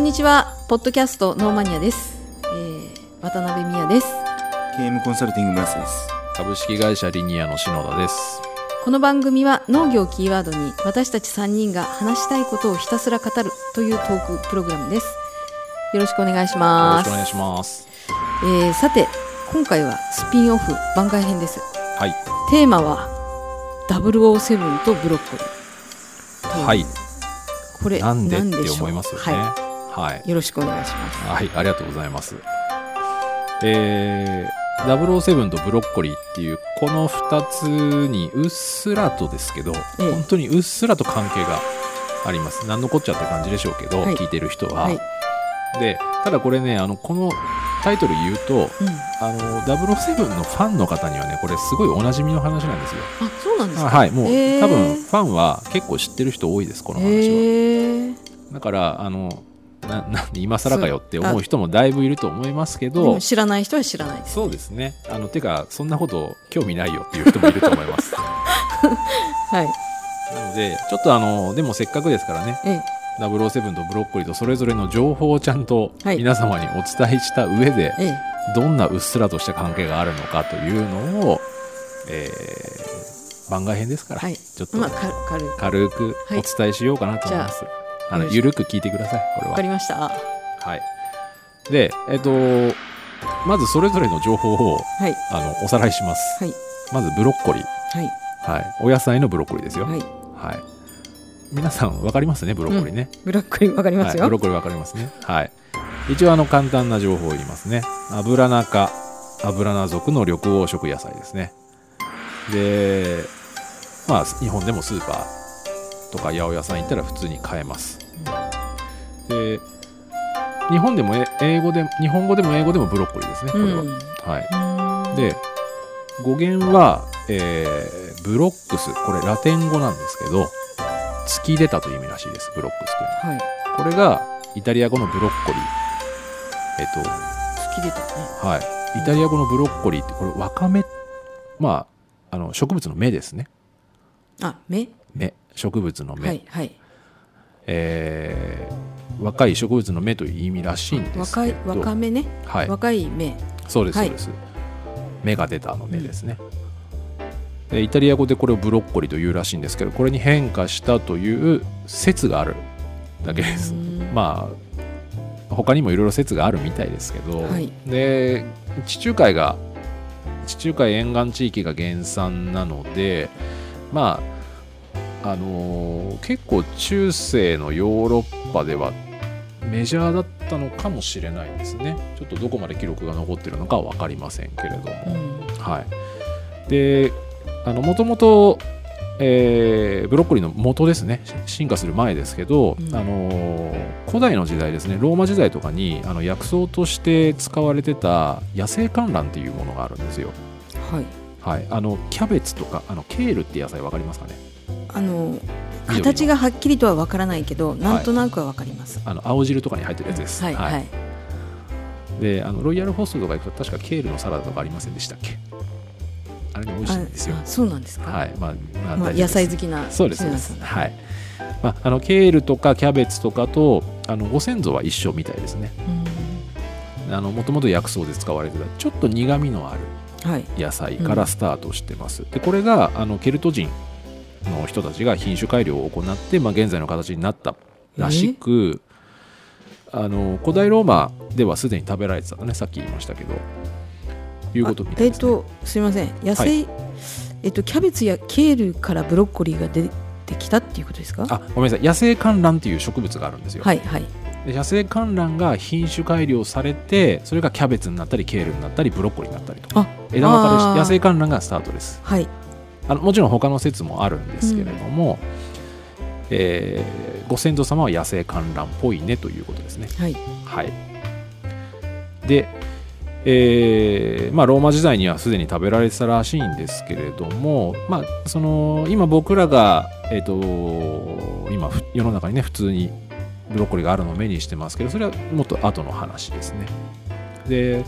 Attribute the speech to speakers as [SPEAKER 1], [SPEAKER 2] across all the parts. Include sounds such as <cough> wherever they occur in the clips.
[SPEAKER 1] にちは。ポッドキャストノーマニアです。えー、渡辺美也です。
[SPEAKER 2] KM コンサルティングマスです。
[SPEAKER 3] 株式会社リニアの篠田です。
[SPEAKER 1] この番組は農業をキーワードに私たち3人が話したいことをひたすら語るというトークプログラムです。よろしくお願いし
[SPEAKER 3] よろ
[SPEAKER 1] ま
[SPEAKER 3] しくお願い
[SPEAKER 1] す。
[SPEAKER 3] します。
[SPEAKER 1] えー、さて、今回はスピンオフ番外編です。
[SPEAKER 3] はい。
[SPEAKER 1] テーマは007とブロッコリー。
[SPEAKER 3] はい。。
[SPEAKER 1] これ
[SPEAKER 3] なんでっ
[SPEAKER 1] 何
[SPEAKER 3] て
[SPEAKER 1] しょう
[SPEAKER 3] 思いますよね。
[SPEAKER 1] は
[SPEAKER 3] はい
[SPEAKER 1] い。。よろしくお願いします。
[SPEAKER 3] はい。ありがとうございます。えー、007とブロッコリーっていう、この二つにうっすらとですけど、
[SPEAKER 1] ええ
[SPEAKER 3] 本当にうっすらと関係があります。なんのこっちゃって感じでしょうけど、
[SPEAKER 1] はい
[SPEAKER 3] 聞いてる人は。
[SPEAKER 1] はい。
[SPEAKER 3] で、ただこれね、あの、このタイトル言うと、
[SPEAKER 1] うん。
[SPEAKER 3] あの、007のファンの方にはね、これすごいおなじみの話なんですよ。
[SPEAKER 1] あ、そうなんです
[SPEAKER 3] あ
[SPEAKER 1] か。
[SPEAKER 3] はい、もう、
[SPEAKER 1] へー
[SPEAKER 3] 多分ファンは結構知ってる人多いです、この話は。
[SPEAKER 1] へー
[SPEAKER 3] だから、あのな <laughs> なんで今更かよって思う人もだいぶいると思いますけ
[SPEAKER 1] で
[SPEAKER 3] ど
[SPEAKER 1] も、知らない人は知らないです。
[SPEAKER 3] そうですね、あのてか、そんなこと興味ないよっていう人もいると思
[SPEAKER 1] <laughs>
[SPEAKER 3] います。
[SPEAKER 1] はい。
[SPEAKER 3] なので、ちょっとあの、でもせっかくですからね、
[SPEAKER 1] ええ
[SPEAKER 3] 007とブロッコリーとそれぞれの情報をちゃんと
[SPEAKER 1] はい
[SPEAKER 3] 皆様にお伝えした上で、
[SPEAKER 1] ええ
[SPEAKER 3] どんなうっすらとした関係があるのかというのを、えー番外編ですから、
[SPEAKER 1] はい
[SPEAKER 3] ちょっと
[SPEAKER 1] まあ、か軽い。
[SPEAKER 3] 軽くお伝えしようかなと思います。あ
[SPEAKER 1] よ
[SPEAKER 3] の
[SPEAKER 1] ろしく
[SPEAKER 3] ゆるく聞いてください、こ
[SPEAKER 1] わ
[SPEAKER 3] れは
[SPEAKER 1] か。りました。
[SPEAKER 3] はい、で、えっ、と、まずそれぞれの情報を
[SPEAKER 1] はい。
[SPEAKER 3] あのおさらいします。
[SPEAKER 1] はい。
[SPEAKER 3] まずブロッコリー、
[SPEAKER 1] はい。
[SPEAKER 3] はい、お野菜のブロッコリーですよ。は
[SPEAKER 1] はいい。
[SPEAKER 3] 皆さん分かりますね、ブロッコリーね。
[SPEAKER 1] ブロッコリーわかりま
[SPEAKER 3] はい、
[SPEAKER 1] す
[SPEAKER 3] ブ
[SPEAKER 1] よ。
[SPEAKER 3] ロッコリー分かりますね。はい、一応あの簡単な情報を言いますね。アブラナ科、アブラナ属の緑黄色野菜ですね。で、まあ、日本でもスーパーとか八百屋さん行ったら普通に買えます。で日本でもえ英語で日本語でも英語でもブロッコリーですねこ
[SPEAKER 1] う
[SPEAKER 3] れ
[SPEAKER 1] ん
[SPEAKER 3] は、はい
[SPEAKER 1] うん
[SPEAKER 3] で語源は、えーブロックスこれラテン語なんですけど突き出たという意味らしいですブロックスというのは
[SPEAKER 1] はい。
[SPEAKER 3] これがイタリア語のブロッコリーえっ
[SPEAKER 1] 突き出たね。
[SPEAKER 3] とはいイタリア語のブロッコリーってこれわかめまああの植物の芽ですね
[SPEAKER 1] あ、目
[SPEAKER 3] 芽植物の芽、
[SPEAKER 1] はい。はい。
[SPEAKER 3] えー若い植物の芽という意味らしいんです
[SPEAKER 1] 若
[SPEAKER 3] け
[SPEAKER 1] い、
[SPEAKER 3] ど
[SPEAKER 1] 若めね。
[SPEAKER 3] はい、
[SPEAKER 1] 若い目。
[SPEAKER 3] そうです
[SPEAKER 1] は
[SPEAKER 3] そ
[SPEAKER 1] いう
[SPEAKER 3] です、芽が出たあの芽ですね、でイタリア語でこれをブロッコリーというらしいんですけどこれに変化したという説があるだけです、
[SPEAKER 1] うん
[SPEAKER 3] まあ他にもいろいろ説があるみたいですけど、
[SPEAKER 1] はい
[SPEAKER 3] で地中海が地中海沿岸地域が原産なのでまああのー結構中世のヨーロッパではメジャーだったのかもしれないですねちょっとどこまで記録が残ってるのかは分かりませんけれども、
[SPEAKER 1] うん
[SPEAKER 3] はい、でもともと、えーブロッコリーの元ですねし進化する前ですけど、
[SPEAKER 1] うん
[SPEAKER 3] あのー古代の時代ですねローマ時代とかにあの薬草として使われてた野生観覧っていうものがあるんですよ、
[SPEAKER 1] はい。
[SPEAKER 3] はい、あのキャベツとかあのケールって野菜分かりますかね
[SPEAKER 1] あの、
[SPEAKER 3] 緑の
[SPEAKER 1] 形がはっきりとはわからないけど、なんとなくはわかります。
[SPEAKER 3] あの青汁とかに入ってるやつです、
[SPEAKER 1] はい。はい。
[SPEAKER 3] であのロイヤルホストとか行くと確かケールのサラダとかありませんでしたっけあれね美味しいんですよ
[SPEAKER 1] あそうなんですか。
[SPEAKER 3] はいま
[SPEAKER 1] ま
[SPEAKER 3] あ、まあ
[SPEAKER 1] あ、
[SPEAKER 3] 大丈夫
[SPEAKER 1] 野
[SPEAKER 3] です
[SPEAKER 1] 菜好きな。
[SPEAKER 3] そうです
[SPEAKER 1] 篠
[SPEAKER 3] ね
[SPEAKER 1] 田さん。
[SPEAKER 3] はい。まあ、あのケールとかキャベツとかとあのご先祖は一緒みたいですね。
[SPEAKER 1] うん
[SPEAKER 3] あのもともと薬草で使われてたちょっと苦味のある
[SPEAKER 1] はい。
[SPEAKER 3] 野菜からスタートしてます。でこれがあのケルト人の人たちが品種改良を行って、まあ、現在の形になったらしく。あの古代ローマではすでに食べられてたのねさっき言いましたけどいうことみたいです、ね
[SPEAKER 1] あえっ、とすみません野菜、えっとキャベツやケールからブロッコリーが出てきたっていうことですか
[SPEAKER 3] あごめんなさい野生観覧っていう植物があるんですよ、
[SPEAKER 1] はいはい
[SPEAKER 3] で野生観覧が品種改良されてそれがキャベツになったりケールになったりブロッコリーになったりと
[SPEAKER 1] あ
[SPEAKER 3] 枝分かれし
[SPEAKER 1] あー
[SPEAKER 3] 野生観覧がスタートです
[SPEAKER 1] はい
[SPEAKER 3] あのもちろん他の説もあるんですけれども、えーご先祖様は野生観覧っぽいねということですね
[SPEAKER 1] はい
[SPEAKER 3] はいでえーまあ、ローマ時代にはすでに食べられてたらしいんですけれども、まあ、その今僕らが、えー、と今ふ世の中にね普通にブロッコリーがあるのを目にしてますけどそれはもっと後の話ですねで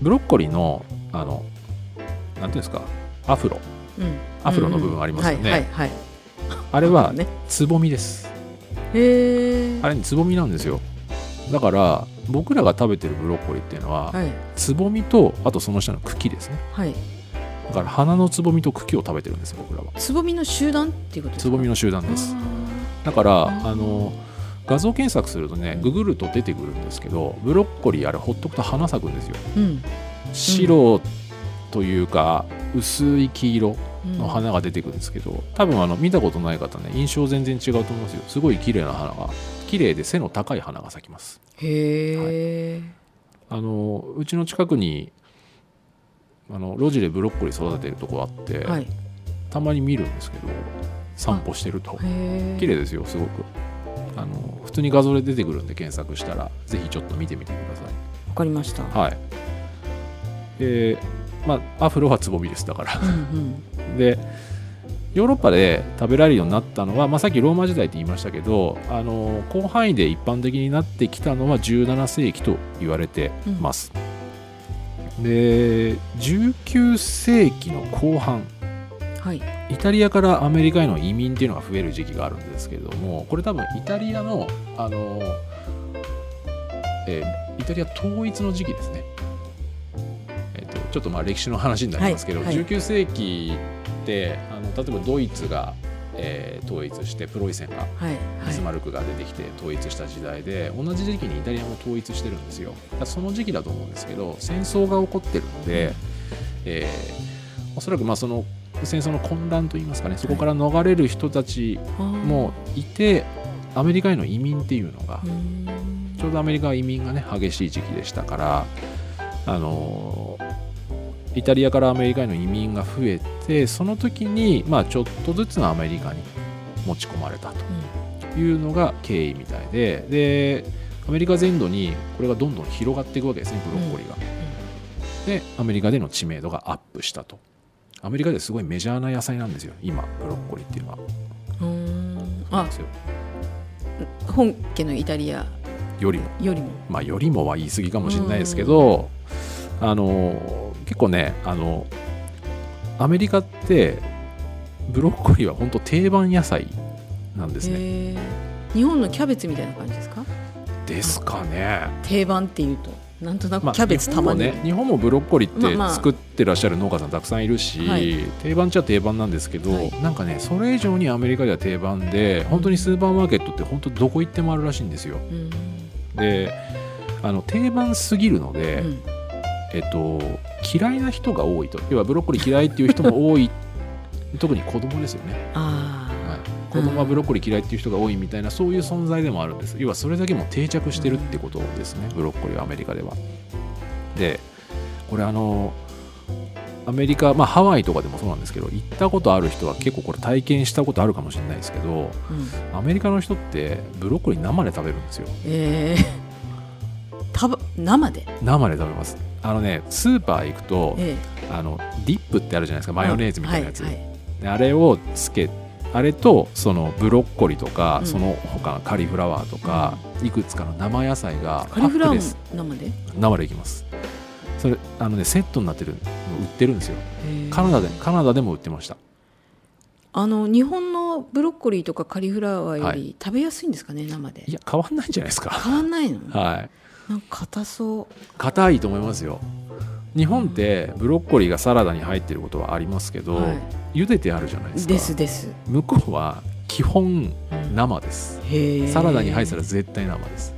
[SPEAKER 3] ブロッコリーのあのなんていうんですかアフロ
[SPEAKER 1] うん
[SPEAKER 3] アフロの部分ありますよね
[SPEAKER 1] はいはいはい
[SPEAKER 3] あれは
[SPEAKER 1] ね
[SPEAKER 3] つぼみです
[SPEAKER 1] へえ
[SPEAKER 3] あれにつぼみなんですよだから僕らが食べてるブロッコリーっていうのは、
[SPEAKER 1] はい
[SPEAKER 3] つぼみとあとその下の茎ですね
[SPEAKER 1] はい
[SPEAKER 3] だから花のつぼみと茎を食べてるんです僕らは
[SPEAKER 1] つぼみの集団っていうことです
[SPEAKER 3] つ
[SPEAKER 1] か
[SPEAKER 3] ぼみ
[SPEAKER 1] の
[SPEAKER 3] の集団です
[SPEAKER 1] あ
[SPEAKER 3] だから
[SPEAKER 1] あー
[SPEAKER 3] あの画像検索するとねググると出てくるんですけどブロッコリーあれほっとくと花咲くんですよ
[SPEAKER 1] ーうん
[SPEAKER 3] 白というか薄い黄色
[SPEAKER 1] うん
[SPEAKER 3] の花が出てくるんですけど多分あの見たことない方ね印象全然違うと思いますよすごい綺麗な花が綺麗で背の高い花が咲きます
[SPEAKER 1] へえ、
[SPEAKER 3] あのうちの近くにあの路地でブロッコリー育ててるとこあって、
[SPEAKER 1] はい、へ
[SPEAKER 3] たまに見るんですけど散歩してると
[SPEAKER 1] え
[SPEAKER 3] 綺麗ですよすごくあの普通に画像で出てくるんで検索したらぜひちょっと見てみてください
[SPEAKER 1] わかりました、
[SPEAKER 3] はいえーまあアフロはつぼみですだから
[SPEAKER 1] うんうん
[SPEAKER 3] でヨーロッパで食べられるようになったのは、まあ、さっきローマ時代って言いましたけどあの広範囲で一般的になってきたのは17世紀と言われてます、で19世紀の後半
[SPEAKER 1] はい
[SPEAKER 3] イタリアからアメリカへの移民っていうのが増える時期があるんですけれどもこれ多分イタリアのあの、えーイタリア統一の時期ですね、えーとちょっとまあ歴史の話になりますけど、
[SPEAKER 1] はいはい
[SPEAKER 3] 19世紀ってあの例えばドイツが、えー統一してプロイセンが
[SPEAKER 1] はい
[SPEAKER 3] ビス
[SPEAKER 1] は
[SPEAKER 3] マルクが出てきて統一した時代で同じ時期にイタリアも統一してるんですよだからその時期だと思うんですけど戦争が起こってるので、えーおそらくまあその戦争の混乱といいますかねそこから逃れる人たち
[SPEAKER 1] い
[SPEAKER 3] もいてアメリカへの移民っていうのが
[SPEAKER 1] うーん
[SPEAKER 3] ちょうどアメリカは移民がね激しい時期でしたからあのイタリアからアメリカへの移民が増えてその時にまあちょっとずつのアメリカに持ち込まれたと。いうのが経緯みたいででアメリカ全土にこれがどんどん広がっていくわけですねブロッコリーが。でアメリカでの知名度がアップしたと。アメリカですごいメジャーな野菜なんですよ今ブロッコリーっていうのは。
[SPEAKER 1] うんうーん
[SPEAKER 3] そうな
[SPEAKER 1] あ
[SPEAKER 3] んですよ
[SPEAKER 1] 本家のイタリア
[SPEAKER 3] よりも
[SPEAKER 1] よりも
[SPEAKER 3] まあよりもは言い過ぎかもしれないですけど、あの結構ねあのアメリカってブロッコリーは本当定番野菜なんですね。
[SPEAKER 1] へー日本のキャベツみたいな感じですか
[SPEAKER 3] ですかね。
[SPEAKER 1] 定番っていうとなんとな
[SPEAKER 3] ま
[SPEAKER 1] く
[SPEAKER 3] あ
[SPEAKER 1] キャベツ玉ね
[SPEAKER 3] 日本もね日本もブロッコリ
[SPEAKER 1] まあ
[SPEAKER 3] ー
[SPEAKER 1] ま
[SPEAKER 3] っ
[SPEAKER 1] あ
[SPEAKER 3] て作ってらっしゃる農家さんたくさんいるし、
[SPEAKER 1] はい
[SPEAKER 3] 定番っちゃ定番なんですけど、
[SPEAKER 1] はい
[SPEAKER 3] なんかねそれ以上にアメリカでは定番で本当にスーパーマーケットって本当どこ行ってもあるらしいんですよ
[SPEAKER 1] うん
[SPEAKER 3] であの定番すぎるので、
[SPEAKER 1] うん
[SPEAKER 3] えっと、嫌いな人が多いと要はブロッコリー嫌いっていう人も多い <laughs> 特に子供ですよね、
[SPEAKER 1] あー
[SPEAKER 3] はい、子供はブロッコリー嫌いっていう人が多いみたいなそういう存在でもあるんです要はそれだけもう定着してるってことですねブロッコリーはアメリカではでこれあのアメリカ、まあ、ハワイとかでもそうなんですけど行ったことある人は結構これ体験したことあるかもしれないですけど
[SPEAKER 1] うん
[SPEAKER 3] アメリカの人ってブロッコリー生で食べるんですよ
[SPEAKER 1] えー、 <laughs> たば生で、
[SPEAKER 3] 生で食べますあのねスーパー行くと
[SPEAKER 1] ええ
[SPEAKER 3] あのディップってあるじゃないですかマヨネーズみたいなやつ、
[SPEAKER 1] はいはい
[SPEAKER 3] であれをつけあれとそのブロッコリーとか、
[SPEAKER 1] うん
[SPEAKER 3] その他のカリフラワーとか、いくつかの生野菜が
[SPEAKER 1] カリフラワ
[SPEAKER 3] パックです
[SPEAKER 1] ーも生で、
[SPEAKER 3] 生でいきますそれあのねセットになってるの売ってるんですよ
[SPEAKER 1] えー
[SPEAKER 3] カナダでカナダでも売ってました
[SPEAKER 1] あの日本のブロッコリーとかカリフラワーよ
[SPEAKER 3] は
[SPEAKER 1] り食べやすいんですかね生で
[SPEAKER 3] いや変わんないんじゃないですか <laughs>
[SPEAKER 1] 変わんないの、
[SPEAKER 3] はい
[SPEAKER 1] なんか硬そう
[SPEAKER 3] 硬いと思いますよ日本ってブロッコリーがサラダに入ってることはありますけど、
[SPEAKER 1] は
[SPEAKER 3] 茹でてあるじゃないです
[SPEAKER 1] い、
[SPEAKER 3] か
[SPEAKER 1] ですです、
[SPEAKER 3] 向こうは基本
[SPEAKER 1] うん
[SPEAKER 3] 生です
[SPEAKER 1] へー
[SPEAKER 3] サラダに入ったら絶対生です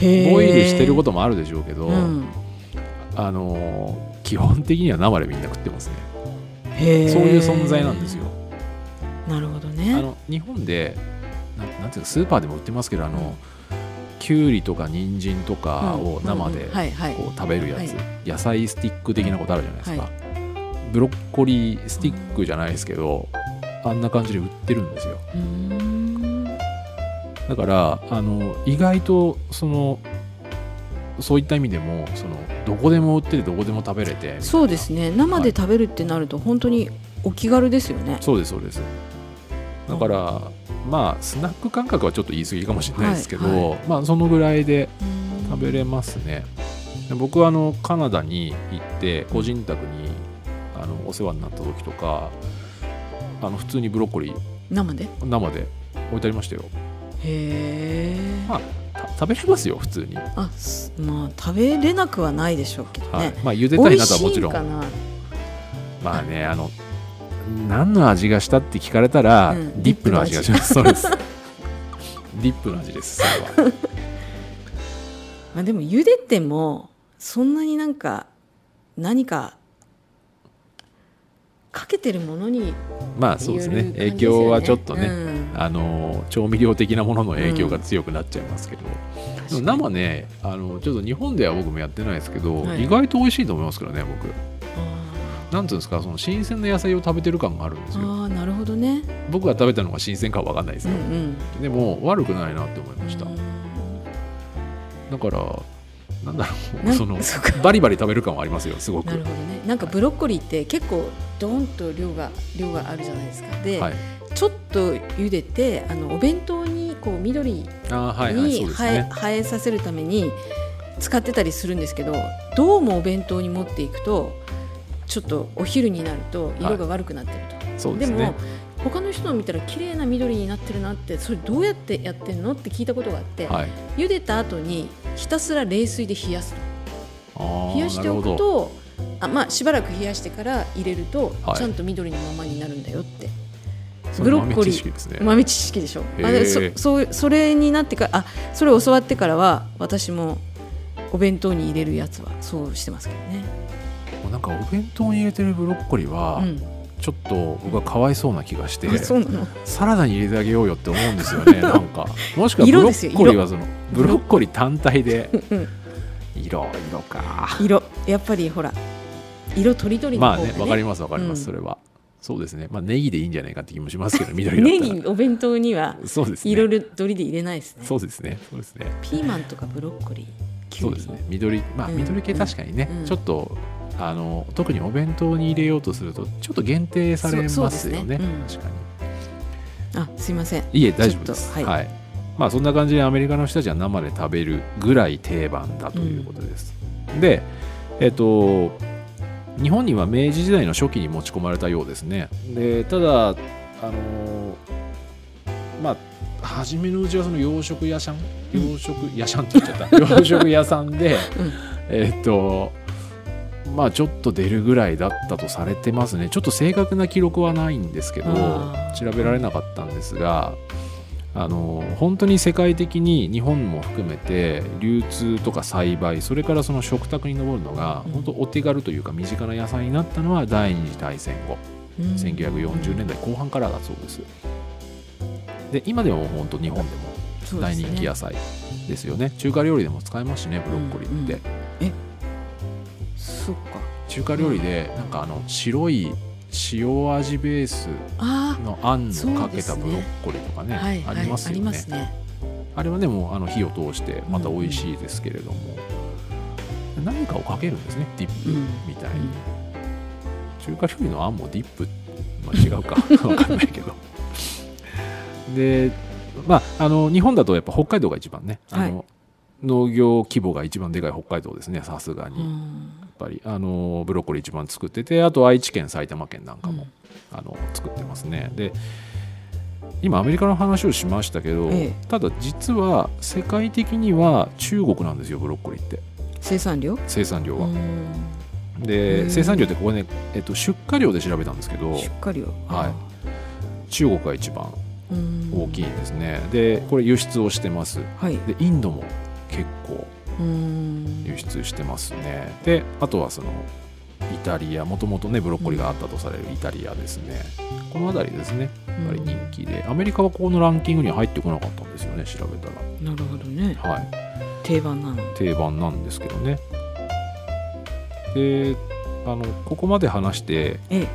[SPEAKER 1] へー
[SPEAKER 3] ボイルしてることもあるでしょうけど、
[SPEAKER 1] うん
[SPEAKER 3] あのー基本的には生でみんな食ってますね、
[SPEAKER 1] へー
[SPEAKER 3] そういう存在なんですよ
[SPEAKER 1] なるほど
[SPEAKER 3] あ
[SPEAKER 1] ね
[SPEAKER 3] の日本でななんていうかスーパーでも売ってますけどあのきゅうりとか人参とかを生
[SPEAKER 1] うん
[SPEAKER 3] で
[SPEAKER 1] うんはいはい
[SPEAKER 3] こう食べるやつ、
[SPEAKER 1] は
[SPEAKER 3] 野菜スティック的なことあるじゃないですか、ブロッコリースティックじゃないですけどあんな感じで売ってるんですよ
[SPEAKER 1] うーん
[SPEAKER 3] だからあの意外とそのそういった意味でもそのどこでも売っててどこでも食べれてみたいな
[SPEAKER 1] そうですね生で食べるってなると本当にお気軽ですよね、
[SPEAKER 3] そうですそうですだから、まあスナック感覚はちょっと言い過ぎかもしれないですけど、
[SPEAKER 1] はい
[SPEAKER 3] まあそのぐらいで
[SPEAKER 1] うん
[SPEAKER 3] 食べれますねで僕はあのカナダに行って個人宅にあのお世話になった時とかあの普通にブロッコリー
[SPEAKER 1] 生でへ
[SPEAKER 3] 生で置いてありましたよ
[SPEAKER 1] え
[SPEAKER 3] まあた食べれますよ普通に、
[SPEAKER 1] あすまあ食べれなくはないでしょうけどね、
[SPEAKER 3] はいまあ茹で
[SPEAKER 1] 美
[SPEAKER 3] たい
[SPEAKER 1] 味
[SPEAKER 3] なとは
[SPEAKER 1] し
[SPEAKER 3] もち
[SPEAKER 1] い
[SPEAKER 3] ろ
[SPEAKER 1] ん
[SPEAKER 3] ん
[SPEAKER 1] かな
[SPEAKER 3] まあねあの何の味がしたって聞かれたら、
[SPEAKER 1] うん
[SPEAKER 3] ディップの味がしますそうですディップの味ですそれは
[SPEAKER 1] まあ、でも茹でてもそんなになんか何かかけてるものに
[SPEAKER 3] まあそうですね
[SPEAKER 1] よる感じ
[SPEAKER 3] 影響はちょっとね、
[SPEAKER 1] うん
[SPEAKER 3] あの調味料的なものの影響が強くなっちゃいますけど、でも生ねあのちょっと日本では僕もやってないですけど、
[SPEAKER 1] はい
[SPEAKER 3] 意外と美味しいと思いますからね僕
[SPEAKER 1] あ
[SPEAKER 3] なんていうんですかその新鮮な野菜を食べてる感があるんですよ
[SPEAKER 1] ーあーなるほどね
[SPEAKER 3] 僕が食べたのが新鮮かは分かんないです
[SPEAKER 1] うん
[SPEAKER 3] よ
[SPEAKER 1] う、ん
[SPEAKER 3] でも悪くないなって思いました、
[SPEAKER 1] うん
[SPEAKER 3] だからなんだろ
[SPEAKER 1] な
[SPEAKER 3] うんその
[SPEAKER 1] そうか
[SPEAKER 3] バリバリ食べる感はありますよすごく
[SPEAKER 1] なるほどねなんかブロッコリーって結構ドーンと量が量があるじゃないですかで、
[SPEAKER 3] はい
[SPEAKER 1] ちょっと茹でてあのお弁当にこう緑
[SPEAKER 3] あーはいはいそ
[SPEAKER 1] に
[SPEAKER 3] うです
[SPEAKER 1] 生え
[SPEAKER 3] ね
[SPEAKER 1] 生えさせるために使ってたりするんですけどどうもお弁当に持っていくとちょっとお昼になると色が悪くなってると、
[SPEAKER 3] そうで
[SPEAKER 1] ですも
[SPEAKER 3] ね
[SPEAKER 1] 他の人の見たら綺麗な緑になってるなってそれどうやってやってるのって聞いたことがあって、
[SPEAKER 3] はい
[SPEAKER 1] 茹でた後にひたすら冷水で冷やす
[SPEAKER 3] あー
[SPEAKER 1] 冷やしてお
[SPEAKER 3] な
[SPEAKER 1] く
[SPEAKER 3] るほど
[SPEAKER 1] とあ、まあ、しばらく冷やしてから入れると、
[SPEAKER 3] はい
[SPEAKER 1] ちゃんと緑のままになるんだよって
[SPEAKER 3] そ
[SPEAKER 1] ブ
[SPEAKER 3] れ
[SPEAKER 1] ロッコ
[SPEAKER 3] 豆
[SPEAKER 1] リ
[SPEAKER 3] 知
[SPEAKER 1] ー
[SPEAKER 3] 識ですね
[SPEAKER 1] 豆知識でしょ
[SPEAKER 3] へー
[SPEAKER 1] あでそそうそれになってからあそれを教わってからは私もお弁当に入れるやつはそうしてますけどね、
[SPEAKER 3] なんかお弁当に入れてるブロッコリーは、
[SPEAKER 1] うん、
[SPEAKER 3] ちょっと僕はかわいそうな気がして
[SPEAKER 1] あそうなの
[SPEAKER 3] サラダに入れてあげようよって思うんです
[SPEAKER 1] <laughs>
[SPEAKER 3] よねなんかもしくはブロ
[SPEAKER 1] 色ですよ
[SPEAKER 3] ッコリーはそのブロッコリー単体で
[SPEAKER 1] うん
[SPEAKER 3] 色色か
[SPEAKER 1] 色やっぱりほら色とりどりの
[SPEAKER 3] まあ
[SPEAKER 1] 方が、ね
[SPEAKER 3] ねわかりますわかります、
[SPEAKER 1] うん
[SPEAKER 3] それはそうですねまあネギでいいんじゃないかって気もしますけど緑だ
[SPEAKER 1] ネ
[SPEAKER 3] った
[SPEAKER 1] ギお弁当には
[SPEAKER 3] らそうですね
[SPEAKER 1] 色とりで入れないですね
[SPEAKER 3] そうですねそうですね
[SPEAKER 1] ピーマンとかブロッコリーきゅ
[SPEAKER 3] そうう
[SPEAKER 1] り
[SPEAKER 3] ですね緑まあ
[SPEAKER 1] うん
[SPEAKER 3] 緑系確かにね、
[SPEAKER 1] うん
[SPEAKER 3] ちょっとあの特にお弁当に入れようとするとちょっと限定され
[SPEAKER 1] そう
[SPEAKER 3] ま
[SPEAKER 1] そ
[SPEAKER 3] す
[SPEAKER 1] うです
[SPEAKER 3] よ
[SPEAKER 1] ね
[SPEAKER 3] ね
[SPEAKER 1] うん
[SPEAKER 3] 確かに
[SPEAKER 1] あすいません
[SPEAKER 3] いえ大丈夫です
[SPEAKER 1] ちょっ
[SPEAKER 3] はい、
[SPEAKER 1] とはい
[SPEAKER 3] まあそんな感じでアメリカの人たちは生で食べるぐらい定番だということです、でえっ、と日本には明治時代の初期に持ち込まれたようですねでただあのーまあ初めのうちはその洋食屋さん
[SPEAKER 1] うん
[SPEAKER 3] 洋食屋さんって言っちゃった
[SPEAKER 1] <laughs>
[SPEAKER 3] 洋食屋さんで、
[SPEAKER 1] うん
[SPEAKER 3] えっ、とまあちょっと出るぐらいだったとされてますねちょっと正確な記録はないんですけど
[SPEAKER 1] あ
[SPEAKER 3] 調べられなかったんですがあの本当に世界的に日本も含めて流通とか栽培それからその食卓に上るのが
[SPEAKER 1] うん
[SPEAKER 3] 本当お手軽というか身近な野菜になったのは第二次大戦後
[SPEAKER 1] うん
[SPEAKER 3] 1940年代後半からだそうですで今でも本当日本でも
[SPEAKER 1] そうで
[SPEAKER 3] 大
[SPEAKER 1] す
[SPEAKER 3] 人
[SPEAKER 1] ね
[SPEAKER 3] 気野菜ですよね中華料理でも使えますしねブロッコリーって、
[SPEAKER 1] うんえそっか
[SPEAKER 3] 中華料理でなんかあの白い塩味ベース
[SPEAKER 1] あ
[SPEAKER 3] のあん
[SPEAKER 1] そう
[SPEAKER 3] をかけ
[SPEAKER 1] です
[SPEAKER 3] た
[SPEAKER 1] ね
[SPEAKER 3] ブロッコリーとかね
[SPEAKER 1] あはい
[SPEAKER 3] あ
[SPEAKER 1] はい
[SPEAKER 3] ります
[SPEAKER 1] あ
[SPEAKER 3] よ
[SPEAKER 1] り
[SPEAKER 3] ね
[SPEAKER 1] ますね
[SPEAKER 3] あれはねもうあの火を通してまた美味しいですけれども、何かをかけるんですねディップみたいに、
[SPEAKER 1] うん
[SPEAKER 3] 中華料理のあんもディップ、まあ、違
[SPEAKER 1] <laughs>
[SPEAKER 3] うかわかんないけどでまああの日本だとやっぱ北海道が一番ねあの、
[SPEAKER 1] は
[SPEAKER 3] 農業規模が一番でかい北海道ですねさすがに、
[SPEAKER 1] う
[SPEAKER 3] やっ
[SPEAKER 1] ん
[SPEAKER 3] ぱりあのブロッコリー一番作っててあと愛知県埼玉県なんかも、
[SPEAKER 1] うん
[SPEAKER 3] あの作ってますねで今アメリカの話をしましたけど、
[SPEAKER 1] ええ
[SPEAKER 3] ただ実は世界的には中国なんですよブロッコリーって
[SPEAKER 1] 生産量
[SPEAKER 3] 生産量は、
[SPEAKER 1] うんう
[SPEAKER 3] で
[SPEAKER 1] ん
[SPEAKER 3] 生産量ってここね、えっと、出荷量で調べたんですけど
[SPEAKER 1] 出荷量
[SPEAKER 3] は中国が一番
[SPEAKER 1] い
[SPEAKER 3] 大きいんですね、でこれ輸出をしてます
[SPEAKER 1] はい
[SPEAKER 3] でインドも結構
[SPEAKER 1] うん
[SPEAKER 3] 輸出してますねであとはそのイタリアもともとねブロッコリーがあったとされるイタリアですねこの辺りですねやっぱり人気でアメリカはここのランキングには入ってこなかったんですよね調べたら
[SPEAKER 1] なるほどね
[SPEAKER 3] はい
[SPEAKER 1] 定番なの
[SPEAKER 3] 定番なんですけどねであのここまで話して
[SPEAKER 1] ええ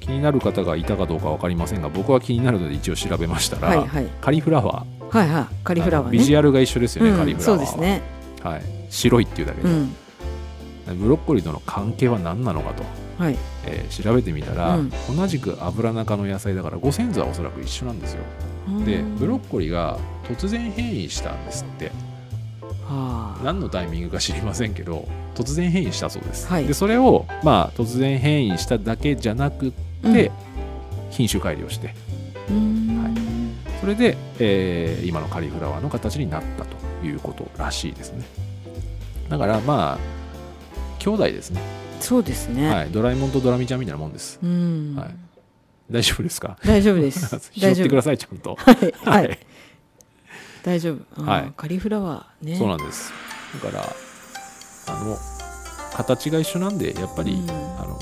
[SPEAKER 3] 気になる方がいたかどうか分かりませんが僕は気になるので一応調べましたら、
[SPEAKER 1] はいはい
[SPEAKER 3] カリフラワー
[SPEAKER 1] はいはいカリフラワーね
[SPEAKER 3] あのビジュアルが一緒ですよね、カリ
[SPEAKER 1] うん
[SPEAKER 3] フラ
[SPEAKER 1] そ
[SPEAKER 3] ワ
[SPEAKER 1] う
[SPEAKER 3] ーは
[SPEAKER 1] ですね
[SPEAKER 3] はい、白いっていうだけ
[SPEAKER 1] う
[SPEAKER 3] で、
[SPEAKER 1] ん
[SPEAKER 3] ブロッコリーとの関係は何なのかと、
[SPEAKER 1] はい
[SPEAKER 3] えー調べてみたら、
[SPEAKER 1] うん
[SPEAKER 3] 同じくアブラナ科の野菜だからご先祖はおそらく一緒なんですよでブロッコリーが突然変異したんですって
[SPEAKER 1] はあ
[SPEAKER 3] 何のタイミングか知りませんけど突然変異したそうです、
[SPEAKER 1] はい
[SPEAKER 3] でそれをまあ突然変異しただけじゃなくって、
[SPEAKER 1] うん
[SPEAKER 3] 品種改良して
[SPEAKER 1] うん
[SPEAKER 3] それで、えー今のカリフラワーの形になったということらしいですねだからまあ兄弟ですね、
[SPEAKER 1] そうですね。
[SPEAKER 3] はい、ドラえもんとドラミちゃんみたいなもんです
[SPEAKER 1] うん、
[SPEAKER 3] はい大丈夫で
[SPEAKER 1] <laughs>
[SPEAKER 3] すか
[SPEAKER 1] 大丈夫です。
[SPEAKER 3] <laughs> 拾
[SPEAKER 1] 大
[SPEAKER 3] っ
[SPEAKER 1] 丈
[SPEAKER 3] て
[SPEAKER 1] 夫
[SPEAKER 3] くだ。さいちゃんと
[SPEAKER 1] はい、は
[SPEAKER 3] はい
[SPEAKER 1] い、大丈夫。
[SPEAKER 3] は
[SPEAKER 1] はいい、カリフラワーね。
[SPEAKER 3] そうなんですだからあの形が一緒なんでやっぱり、
[SPEAKER 1] うん
[SPEAKER 3] あの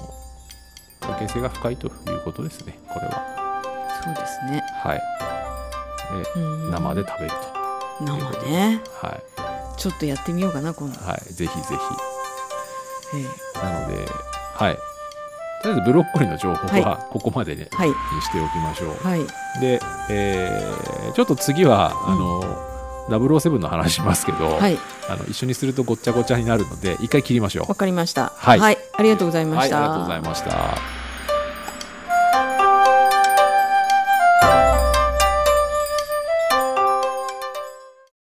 [SPEAKER 3] 関係性が深いということですねこれは
[SPEAKER 1] そうですね。
[SPEAKER 3] はい
[SPEAKER 1] うん
[SPEAKER 3] 生で。食べると、
[SPEAKER 1] 生ね。
[SPEAKER 3] は
[SPEAKER 1] ちょっとやってみようかな、今度
[SPEAKER 3] い。はいぜひぜ
[SPEAKER 1] ええ
[SPEAKER 3] ひなのではいとりあえずブロッコリーの情報はここまでね、
[SPEAKER 1] はい、
[SPEAKER 3] にしておきましょう、
[SPEAKER 1] はい、
[SPEAKER 3] で、えーちょっと次は、
[SPEAKER 1] うん
[SPEAKER 3] あの007の話しますけど、
[SPEAKER 1] はい、
[SPEAKER 3] あの一緒にするとごっちゃごちゃになるので一回切りましょう
[SPEAKER 1] わかりました。
[SPEAKER 3] はい
[SPEAKER 1] ありがとうございまし
[SPEAKER 3] はいあり
[SPEAKER 1] た。
[SPEAKER 3] がとうございました